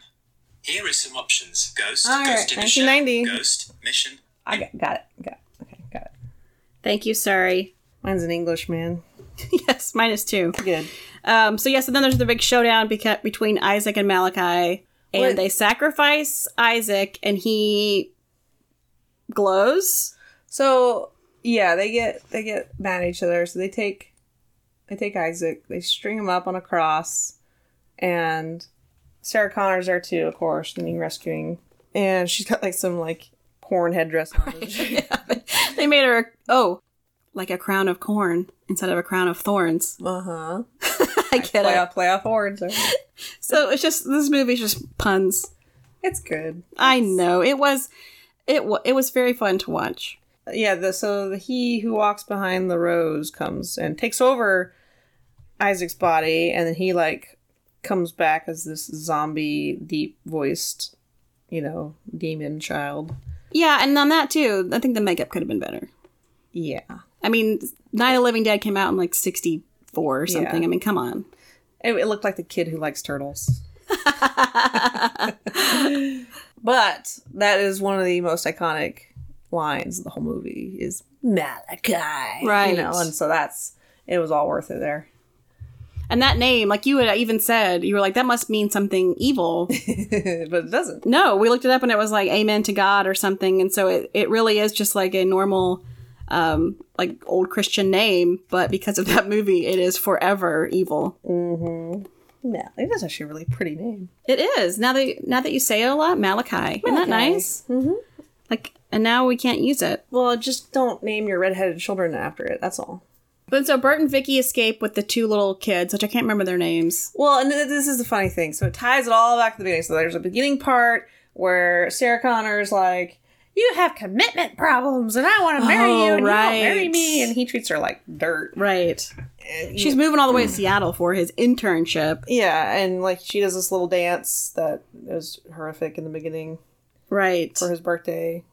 S4: Here are some options. Ghost,
S3: All
S4: Ghost
S3: right,
S4: in the Shell,
S3: 1990.
S4: Ghost, Mission.
S3: I got, got it. Got it. Okay, got it.
S2: Thank you, sorry.
S3: Mine's an English man.
S2: yes, minus two.
S3: Good.
S2: Um, so yes, and then there's the big showdown beca- between Isaac and Malachi, and
S3: What-
S2: they sacrifice Isaac, and he glows.
S3: So yeah, they get they get mad at each other. So they take they take Isaac, they string him up on a cross, and Sarah Connor's there too, of course, and rescuing. And she's got like some like corn headdress on.
S2: They made her oh, like a crown of corn instead of a crown of thorns.
S3: Uh huh.
S2: I get
S3: Play
S2: it.
S3: off, play off horns.
S2: So it's just this movie's just puns.
S3: It's good.
S2: I know it was, it wa it was very fun to watch.
S3: Yeah. The, so the he who walks behind the rose comes and takes over Isaac's body, and then he like comes back as this zombie, deep voiced, you know, demon child.
S2: Yeah, and on that too, I think the makeup could have been better.
S3: Yeah.
S2: I mean, Night of the Living Dead came out in like '64 or something.
S3: Yeah.
S2: I mean, come on.
S3: It, it looked like the kid who likes turtles. but that is one of the most iconic lines of the whole movie is Malachi.
S2: Right.
S3: You know, and so that's it was all worth it there.
S2: And that name, like you had even said, you were like, that must mean something evil.
S3: but it doesn't.
S2: no, we looked it up and it was like amen to God or something. And so it, it really is just like a normal, um, like old Christian name. But because of that movie, it is forever evil.
S3: No, it is actually a really pretty name.
S2: It is. Now that, now that you say it a lot, Malachi. Isn't that
S3: Malachi.
S2: nice? Mm-hmm. Like, and now we can't use it.
S3: Well, just don't name your redheaded children after it. That's all.
S2: But so Bert and Vicky escape with the two little kids, which I can't remember their names.
S3: Well, and th- this is the funny thing. So it ties it all back to the beginning. So there's a beginning part where Sarah Connor's like, "You have commitment problems, and I want to marry
S2: Oh,
S3: you, and
S2: right.
S3: you won't marry me." And he treats her like dirt.
S2: Right.
S3: And,
S2: She's moving all the way to Seattle for his internship.
S3: yeah, and like she does this little dance that was horrific in the beginning
S2: Right.
S3: for his birthday,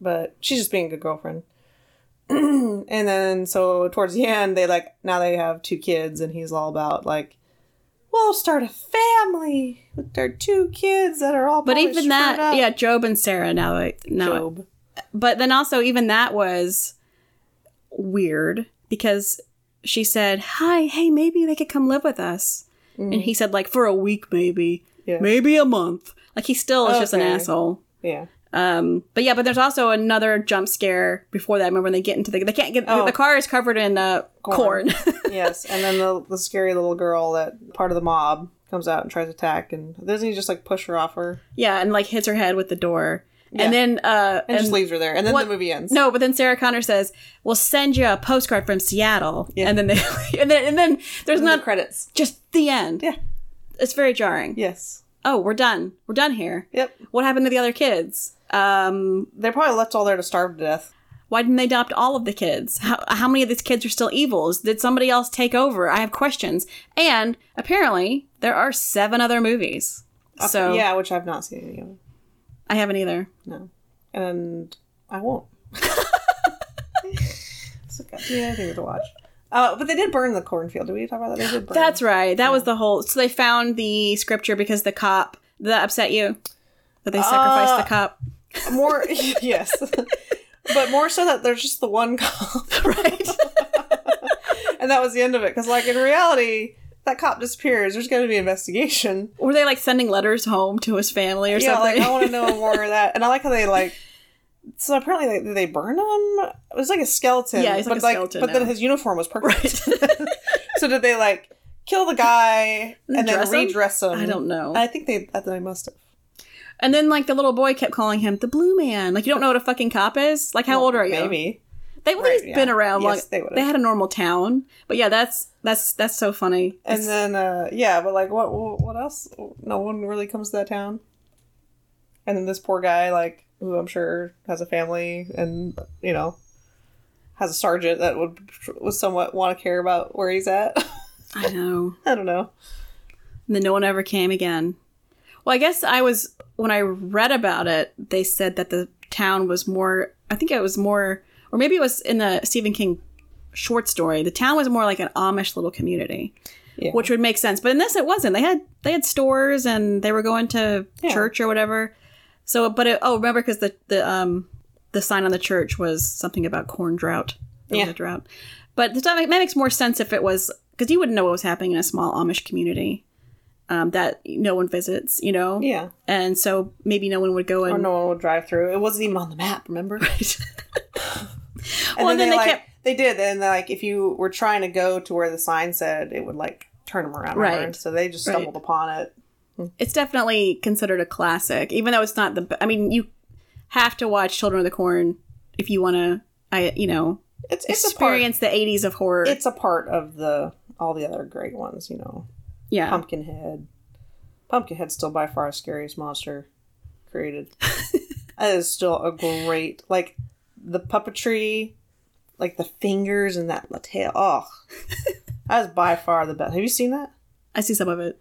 S3: but she's just being a good girlfriend. and then so towards the end, they like now they have two kids, and he's all about like, "We'll start a family with our two kids that are all."
S2: But
S3: probably
S2: even that,
S3: screwed up."
S2: yeah, Job and Sarah now. Like, now
S3: Job.
S2: But then also, even that was weird because she said, Hi, hey, maybe they could come live with us. And he said, like, for a week, maybe.
S3: Yeah.
S2: Maybe a month. Like, he still is just an
S3: Okay.
S2: asshole.
S3: Yeah.
S2: Um, but yeah, but there's also another jump scare before that. I remember when they get into the they can't get
S3: Oh.
S2: the car is covered in uh, corn.
S3: Corn. yes, and then the, the scary little girl that part of the mob comes out and tries to attack, and doesn't he just like push her off her
S2: yeah, and like hits her head with the door,
S3: Yeah.
S2: and then uh,
S3: and, just leaves her there, and then
S2: what-
S3: the movie ends.
S2: No, but then Sarah Connor says, "We'll send you a postcard from Seattle,"
S3: Yeah.
S2: and then they and then and then there's
S3: the
S2: not
S3: credits.
S2: just the end.
S3: Yeah.
S2: it's very jarring.
S3: Yes.
S2: Oh, we're done. We're done here.
S3: Yep.
S2: What happened to the other kids? Um,
S3: They're probably left all there to starve to death.
S2: why didn't they adopt all of the kids? How, how many of these kids are still evils? Did somebody else take over? I have questions. And apparently, there are seven other movies. So
S3: yeah, which I've not seen any of. them.
S2: I haven't either.
S3: No, and I won't. so got too many things to watch. Uh, but they did burn the cornfield. Did we talk about that? They did burn.
S2: That's right. That was the whole. So they found the scripture because the cop that upset you that they sacrificed
S3: Uh,
S2: the cop.
S3: more. yes, but more so that there's just the one cop.
S2: Right.
S3: and that was the end of it. Because, like, in reality, that cop disappears. There's going to be investigation.
S2: Were they like sending letters home to his family or
S3: yeah,
S2: something?
S3: like I want to know more of that. And I like how they like. So apparently, they, did they burn him? It was like a skeleton.
S2: Yeah, he's like
S3: but
S2: a skeleton
S3: But then
S2: now.
S3: his uniform was perfect. so did they like kill the guy and, then
S2: dress him?
S3: redress him?
S2: I don't know.
S3: I think they. I think they must have.
S2: and then like the little boy kept calling him the blue man. Like you don't know what a fucking cop is. Like how old are you?
S3: Maybe.
S2: They would
S3: Right,
S2: have been
S3: yeah.
S2: around long.
S3: Yes, they would've.
S2: they had a normal town, but yeah, that's that's that's so funny.
S3: And
S2: It's-
S3: then uh yeah, but like what what what else? No one really comes to that town. And then this poor guy like who I'm sure has a family and you know has a sergeant that would would somewhat want to care about where he's at.
S2: I know.
S3: I don't know.
S2: And then no one ever came again. Well, I guess I was when I read about it, they said that the town was more I think it was more or maybe it was in the Stephen King short story. The town was more like an Amish little community.
S3: Yeah.
S2: Which would make sense. But in this it wasn't. They had they had stores and they were going to
S3: Yeah.
S2: church or whatever. So but it, oh remember cuz the the um the sign on the church was something about corn drought. There was
S3: Yeah.
S2: a drought. But the- that makes more sense if it was because you wouldn't know what was happening in a small Amish community um, that no one visits, you know?
S3: Yeah.
S2: And so maybe no one would go
S3: Or
S2: and.
S3: no one would drive through. It wasn't even on the map, remember? And
S2: Well, then they
S3: like,
S2: kept-
S3: they did, and like if you were trying to go to where the sign said, it would like turn them around. remember?
S2: Right.
S3: So they just stumbled
S2: Right.
S3: upon it.
S2: It's definitely considered a classic, even though it's not the. be- I mean, you have to watch Children of the Corn if you want to, I you know,
S3: It's, it's experience.
S2: experience the 80s of horror.
S3: it's a part of the all the other great ones, you know.
S2: yeah.
S3: Pumpkinhead. Pumpkinhead's still by far the scariest monster created. that is still a great like the puppetry, like the fingers and that tail. Oh, that is by far the best. Have you seen that?
S2: I see some of it.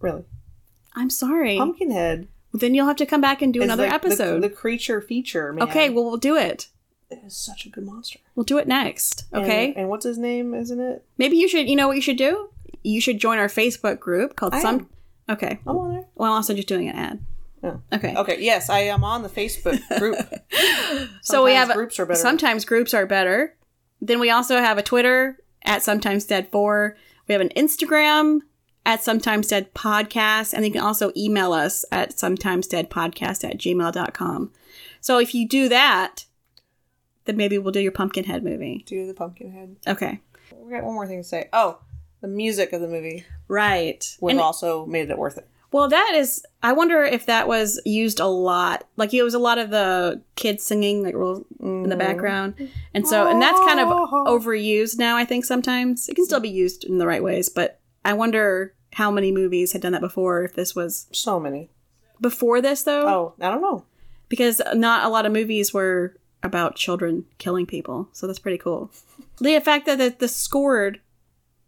S3: Really,
S2: I'm sorry.
S3: Pumpkinhead.
S2: then you'll have to come back and do
S3: is
S2: another
S3: the- the-
S2: episode.
S3: The, creature feature. Man.
S2: okay, well, we'll do it.
S3: it is such a good monster.
S2: We'll do it next.
S3: And-
S2: Okay.
S3: and what's his name? Isn't it?
S2: Maybe you should. You know what you should do? You should join our Facebook group called
S3: I
S2: Some. Okay.
S3: I'm on there.
S2: Well, I'm also just doing an ad.
S3: Oh.
S2: Okay.
S3: Okay, yes, I am on the Facebook group.
S2: So we
S3: Sometimes
S2: have
S3: groups are better.
S2: Sometimes groups are better. Then we also have a Twitter at sometimes dead four. We have an Instagram at sometimes dead podcast, and you can also email us at sometimes dead podcast at gmail.com. So if you do that, then maybe we'll do your Pumpkinhead movie.
S3: Do the Pumpkinhead.
S2: Okay.
S3: We got one more thing to say. Oh, the music of the movie
S2: Right.
S3: would
S2: And-
S3: have also made it worth it.
S2: Well, that is. I wonder if that was used a lot. Like it was a lot of the kids singing, like rolls in
S3: Mm.
S2: the background, and so and that's kind of
S3: Oh.
S2: overused now. I think sometimes it can still be used in the right ways, but I wonder how many movies had done that before. If this was
S3: So many.
S2: before this though,
S3: Oh, I don't know.
S2: because not a lot of movies were about children killing people, so that's pretty cool. The fact that the, the scored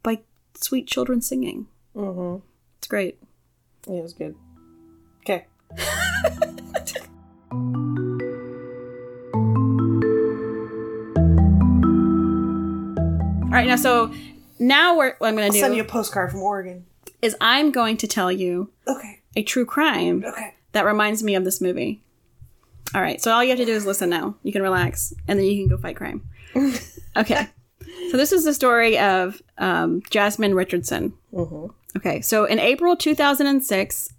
S2: by sweet children singing, mm-hmm. it's great.
S3: It was good. Okay.
S2: All right, now so now we're, what I'm going to
S3: I'll send you
S2: do
S3: a postcard from Oregon.
S2: is I'm going to tell you
S3: Okay.
S2: a true crime
S3: Okay.
S2: that reminds me of this movie. All right, so all you have to do is listen now. You can relax, and then you can go fight crime. okay, so this is the story of um, Jasmine Richardson. Okay, so in April 2006,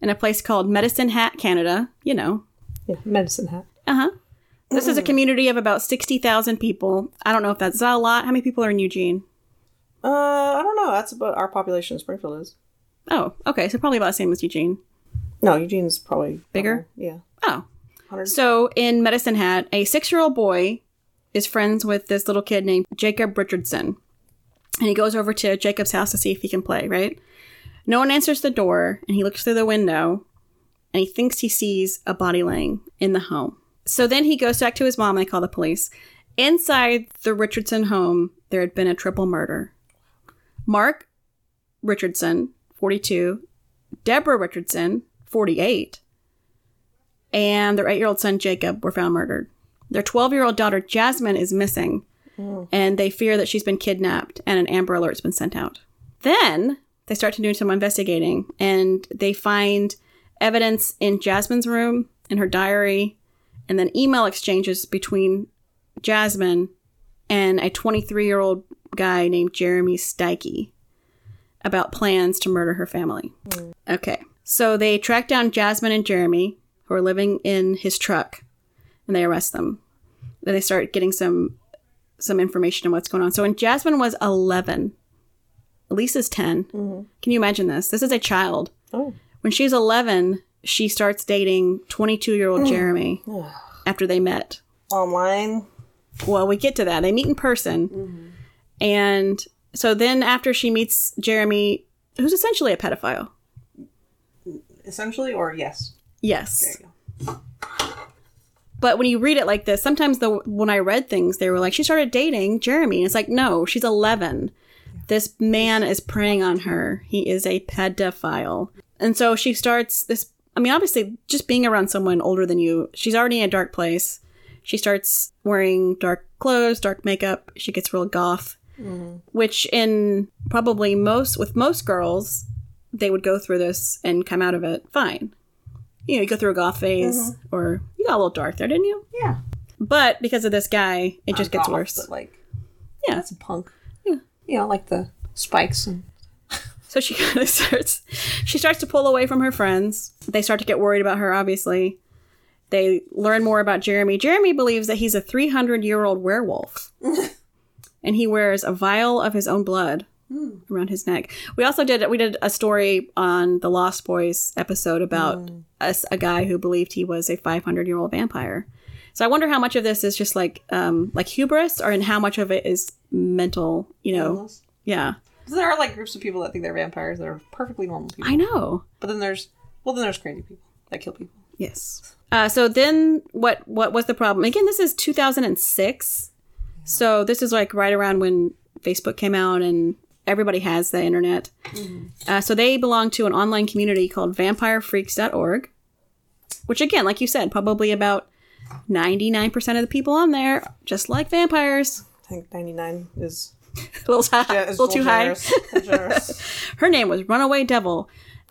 S2: in a place called Medicine Hat, Canada, you know,
S3: Yeah, medicine hat.
S2: uh huh. This is a community of about 60,000 people. I don't know if that's a lot. How many people are in Eugene?
S3: Uh, I don't know. That's about our population in Springfield is.
S2: Oh, okay, so probably about the same as Eugene.
S3: No, Eugene's probably
S2: Bigger?
S3: Yeah.
S2: Oh.
S3: 100.
S2: So in Medicine Hat, a six year old boy is friends with this little kid named Jacob Richardson. And he goes over to Jacob's house to see if he can play, right? No one answers the door, and he looks through the window and he thinks he sees a body laying in the home. So then he goes back to his mom and they call the police. Inside the Richardson home, there had been a triple murder. Mark Richardson, 42, Deborah Richardson, 48, and their eight year old son Jacob were found murdered. Their 12 year old daughter Jasmine is missing, and they fear that she's been kidnapped, and an Amber Alert's been sent out. Then they start to do some investigating, and they find evidence in Jasmine's room, in her diary, and then email exchanges between Jasmine and a 23 year old guy named Jeremy Steiche about plans to murder her family. Okay. So they track down Jasmine and Jeremy, who are living in his truck, and they arrest them. Then they start getting some some information on what's going on. So when Jasmine was 11, Lisa's 10. Can you imagine this? This is a child.
S3: Oh.
S2: When she's 11, she starts dating 22-year-old Jeremy after they met
S3: Online.
S2: well, we get to that. They meet in person. And so then after she meets Jeremy, who's essentially a pedophile.
S3: Essentially, or yes.
S2: Yes.
S3: There
S2: But when you read it like this, sometimes the when I read things, they were like, she started dating Jeremy. And it's like, no, she's 11. This man is preying on her. He is a pedophile. And so she starts this. I mean, obviously, just being around someone older than you, she's already in a dark place. She starts wearing dark clothes, dark makeup. She gets real goth,
S3: Mm-hmm.
S2: which in probably most with most girls, they would go through this and come out of it fine. You know, you go through a goth phase, or you got a little dark there, didn't you?
S3: Mm-hmm. Yeah.
S2: But because of this guy, it just
S3: Not
S2: gets
S3: goth,
S2: worse.
S3: But like,
S2: Yeah.
S3: that's a punk.
S2: Yeah.
S3: You know, like the spikes and
S2: So she kind of starts she starts to pull away from her friends. They start to get worried about her obviously. They learn more about Jeremy. Jeremy believes that he's a 300-year-old werewolf. and he wears a vial of his own blood around his neck. We also did we did a story on the Lost Boys episode about us a, guy who believed he was a 500-year-old vampire. So I wonder how much of this is just like um like hubris or and how much of it is mental, you know.
S3: illness.
S2: Yeah.
S3: There are like groups of people that think they're vampires that are perfectly normal people.
S2: I know.
S3: But then there's, well, then there's crazy people that kill people.
S2: Yes. Uh, so then, what what was the problem? Again, this is 2006, so this is like right around when Facebook came out and everybody has the internet. Uh, so they belong to an online community called VampireFreaks.org, which again, like you said, probably about 99% of the people on there just like vampires.
S3: I think 99 is,
S2: A little, high,
S3: yeah,
S2: a
S3: is
S2: little too high.
S3: generous. generous.
S2: her name was Runaway Devil.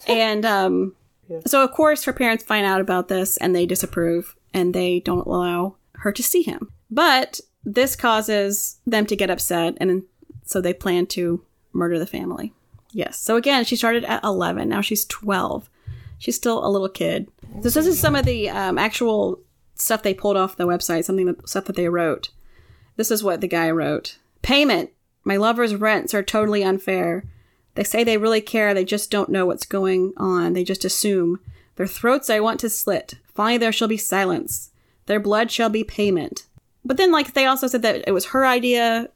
S2: And um,
S3: Yeah.
S2: so, of course, her parents find out about this and they disapprove and they don't allow her to see him. But this causes them to get upset. And so they plan to murder the family. Yes. So, again, she started at 11. Now she's 12. She's still a little kid. So, this is some of the um, actual stuff they pulled off the website, something that stuff that they wrote. This is what the guy wrote Payment. My lover's rents are totally unfair. They say they really care, they just don't know what's going on. They just assume. Their throats I want to slit. Finally, there shall be silence. Their blood shall be payment. But then, like, they also said that it was her idea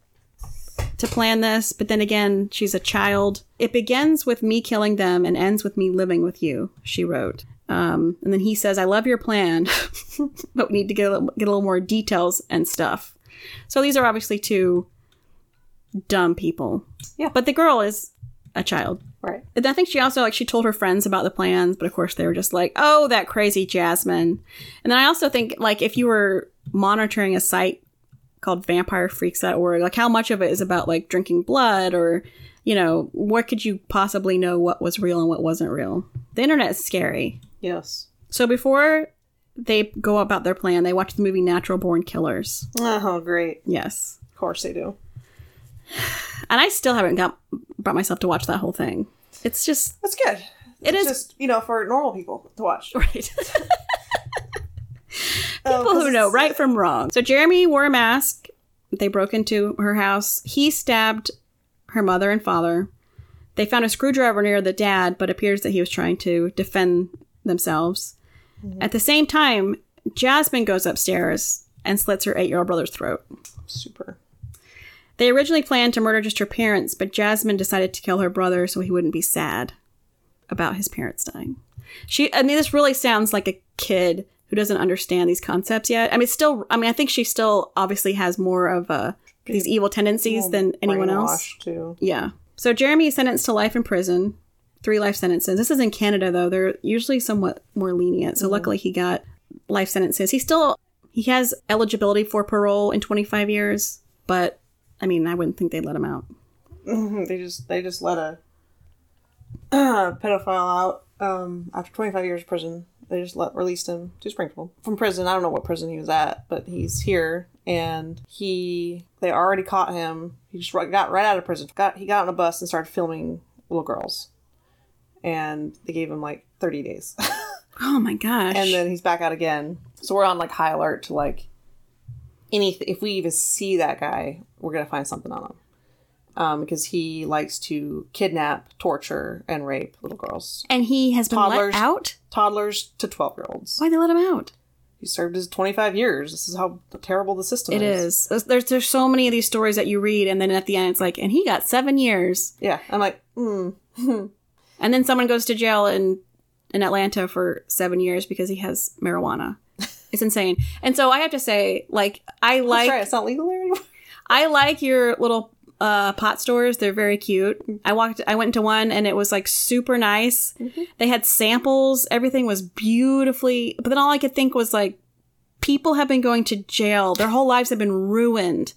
S2: to plan this, but then again, she's a child. It begins with me killing them and ends with me living with you, she wrote. Um, and then he says, I love your plan, but we need to get a, little, get a little more details and stuff. So these are obviously two dumb people.
S3: Yeah.
S2: But the girl is a child.
S3: Right.
S2: And I think she also like she told her friends about the plans, but of course they were just like, "Oh, that crazy Jasmine." And then I also think like if you were monitoring a site called vampirefreaks.org, like how much of it is about like drinking blood or you know, what could you possibly know what was real and what wasn't real? The internet is scary.
S3: Yes.
S2: So before they go about their plan, they watch the movie Natural Born Killers.
S3: Oh, great.
S2: Yes.
S3: Of course they do.
S2: And I still haven't got brought myself to watch that whole thing. It's just
S3: That's good.
S2: it
S3: It's
S2: is
S3: just, you know, for normal people to watch.
S2: right.
S3: Oh,
S2: people
S3: 'cause
S2: who know
S3: it's-
S2: right from wrong. So Jeremy wore a mask. They broke into her house. He stabbed her mother and father. They found a screwdriver near the dad, but appears that he was trying to defend themselves. At the same time, Jasmine goes upstairs and slits her eight year old brother's throat.
S3: Super.
S2: They originally planned to murder just her parents, but Jasmine decided to kill her brother so he wouldn't be sad about his parents dying. She, I mean, this really sounds like a kid who doesn't understand these concepts yet. I mean, it's still, I mean, I think she still obviously has more of a, these evil tendencies than anyone else.
S3: Brainwashed, Too.
S2: Yeah. So Jeremy is sentenced to life in prison, three life sentences. This is in Canada though; they're usually somewhat more lenient.
S3: Mm-hmm.
S2: So luckily, he got life sentences. He still he has eligibility for parole in 25 years, but I mean, I wouldn't think they'd let him out.
S3: They just they just let a pedophile out um, after 25 years of prison. They just let released him to Springfield from prison. I don't know what prison he was at, but he's here and he they already caught him. He just ri- got right out of prison. Got he got on a bus and started filming little girls, and they gave him like 30 days,
S2: Oh my gosh!
S3: and then he's back out again. So we're on like high alert to like anything. If we even see that guy, we're gonna find something on him um, because he likes to kidnap, torture, and rape little girls,
S2: and he has been
S3: toddlers-
S2: let out.
S3: toddlers to twelve year olds.
S2: Why they let him out?
S3: He served his twenty five years. This is how terrible the system
S2: It
S3: is.
S2: is. There's there's so many of these stories that you read, and then at the end, it's like, and he got seven years,
S3: Yeah, I'm like, mm,
S2: and then someone goes to jail in in Atlanta for seven years because he has marijuana. It's insane. And so I have to say, like, I
S3: like,
S2: like
S3: sorry, it's not legal there anymore.
S2: I like your little uh, pot stores. They're very cute. I walked. I went into one and it was like super nice. They had samples. Everything was beautifully. But then all I could think was like, people have been going to jail. Their whole lives have been ruined,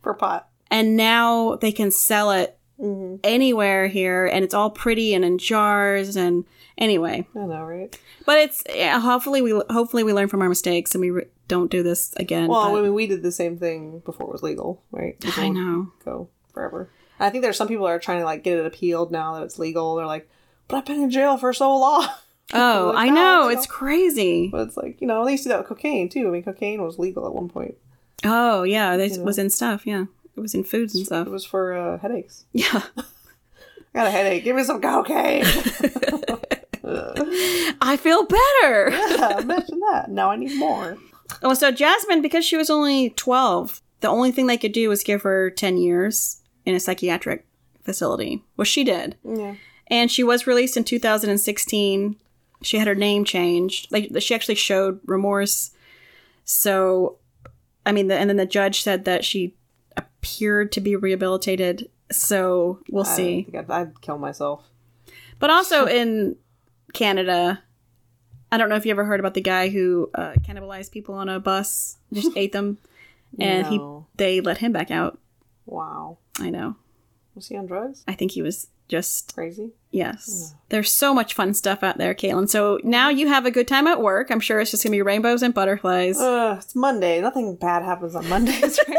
S3: For pot.
S2: and now they can sell it anywhere here, and it's all pretty and in jars. And anyway,
S3: I know, right?
S2: but it's yeah, hopefully we hopefully we learn from our mistakes and we re- don't do this again.
S3: Well,
S2: but-
S3: I mean, we did the same thing before it was legal, right? People
S2: I know.
S3: Go forever. I think there's some people that are trying to like get it appealed now that it's legal. They're like, but I've been in jail for so long.
S2: Oh,
S3: Like,
S2: I
S3: no,
S2: know.
S3: no.
S2: It's crazy.
S3: But it's like, you know, they used to do that with cocaine too. I mean, cocaine was legal at one point.
S2: Oh, yeah. This was in stuff. Yeah. It was in foods and stuff.
S3: It was for uh, headaches.
S2: Yeah.
S3: I got a headache. Give me some cocaine.
S2: I feel better.
S3: Imagine that. Now I need more.
S2: oh, so Jasmine, because she was only 12, the only thing they could do was give her 10 years in a psychiatric facility, which she did.
S3: Yeah.
S2: And she was released in 2016. She had her name changed. Like she actually showed remorse. So, I mean, the, and then the judge said that she appeared to be rehabilitated. So we'll
S3: I
S2: see.
S3: think I'd, I'd kill myself.
S2: But also in Canada, I don't know if you ever heard about the guy who uh, cannibalized people on a bus, just ate them, and
S3: No.
S2: he they let him back out.
S3: Wow.
S2: I know.
S3: Was he on drugs?
S2: I think he was just
S3: Crazy. Hmm.
S2: yes. There's so much fun stuff out there, Caitlin. So now you have a good time at work. I'm sure it's just gonna be rainbows and butterflies.
S3: Ugh, it's Monday. Nothing bad happens on Mondays, right?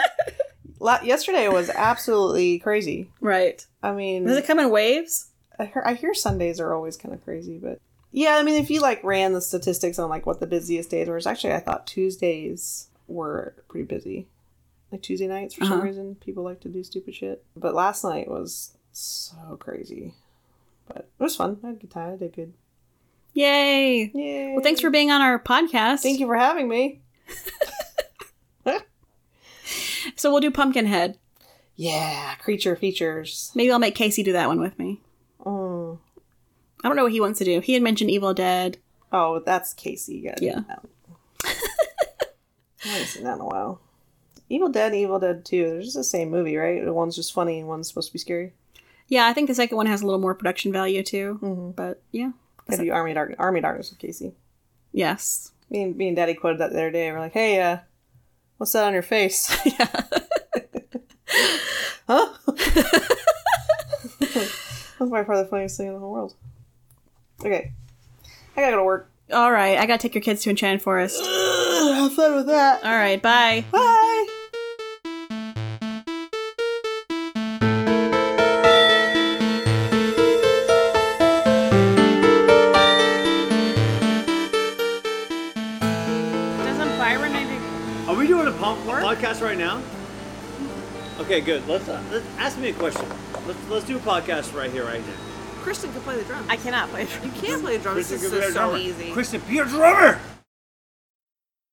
S3: La- Yesterday was absolutely crazy.
S2: right?
S3: I mean,
S2: Does it come in waves?
S3: I hear, I hear Sundays are always kind of crazy, but yeah, I mean, if you like ran the statistics on like what the busiest days were, it's actually I thought Tuesdays were pretty busy. Like Tuesday nights for some reason, people like to do stupid shit. But last night was so crazy. But it was fun. I had a good time. I did good.
S2: Yay!
S3: Yeah.
S2: Well, thanks for being on our podcast.
S3: Thank you for having me.
S2: So we'll do Pumpkinhead.
S3: Yeah, creature features.
S2: Maybe I'll make Casey do that one with me.
S3: Mm.
S2: I don't know what he wants to do. He had mentioned Evil Dead.
S3: Oh, that's Casey. You gotta
S2: Yeah.
S3: do that. I haven't seen that in a while. Evil Dead, and Evil Dead Two. They're just the same movie, right? One's just funny and one's supposed to be scary.
S2: Yeah, I think the second one has a little more production value too.
S3: Mm-hmm.
S2: But yeah,
S3: Gotta do Army of Dark Army of Darkness with Casey.
S2: yes,
S3: Me and me and Daddy quoted that the other day. We're like, "Hey, uh, what's that on your face?" huh? that's by far the funniest thing in the whole world. Okay, I gotta go to work.
S2: All right, I gotta take your kids to Enchanted Forest.
S3: Ugh, have fun with that.
S2: All right, bye.
S3: Bye.
S2: Doesn't Byron
S5: Are we doing a pump work? podcast right now? Okay, good. Let's, uh, let's ask me a question. Let's let's do a podcast right here, right now.
S6: Kristen can play the drums. I cannot play the drums. You can't play the drums. This
S5: Kristen can
S6: is
S5: play
S6: so,
S5: a
S6: so
S5: drummer.
S6: easy.
S5: Kristen, be a drummer.